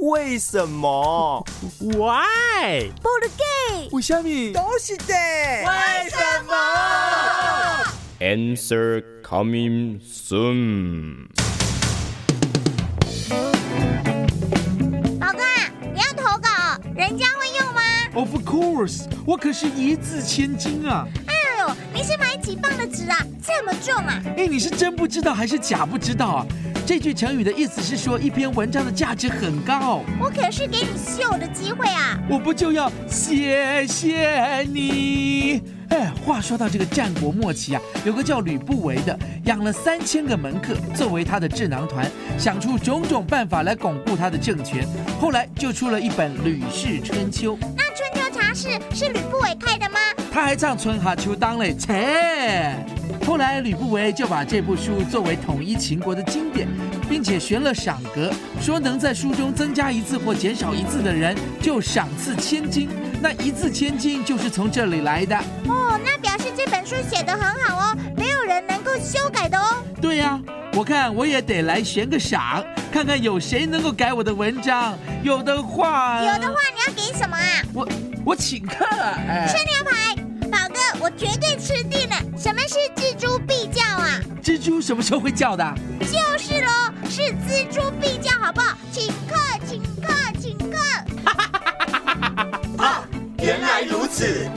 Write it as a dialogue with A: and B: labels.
A: 为什么？
B: Why？
C: 不如给
A: 为什么？
D: 都是的。
A: 为什么？
E: Answer coming soon。
C: 老哥啊，不要投稿，人家会用吗？
F: Of course，我可是一字千金啊！
C: 哎呦，你是买几磅的纸啊？这么重啊！
F: 哎，你是真不知道还是假不知道啊？这句成语的意思是说，一篇文章的价值很高，
C: 我可是给你秀的机会啊！
F: 我不就要谢谢你？哎，话说到这个战国末期啊，有个叫吕不韦的，养了三千个门客作为他的智囊团，想出种种办法来巩固他的政权。后来就出了一本《吕氏春秋》，
C: 那春秋茶室是吕不韦开的吗？
F: 他还唱《春夏秋冬》嘞，切！后来吕不韦就把这部书作为统一秦国的经典，并且悬了赏格，说能在书中增加一字或减少一字的人，就赏赐千金。那一字千金就是从这里来的。
C: 哦，那表示这本书写得很好哦，没有人能够修改的哦。
F: 对呀、我看我也得来悬个赏，看看有谁能够改我的文章。有的
A: 呃
F: 话，呃
C: 有的话，你要给什么啊？
F: 我我请客、啊。哎
C: 吃牛排，宝哥，我绝对吃定了。什么是锱铢必较啊？
F: 蜘蛛什么时候会叫的？
C: 就是喽，是锱铢必较，好不好？请客，请客，请客。
A: 原来如此。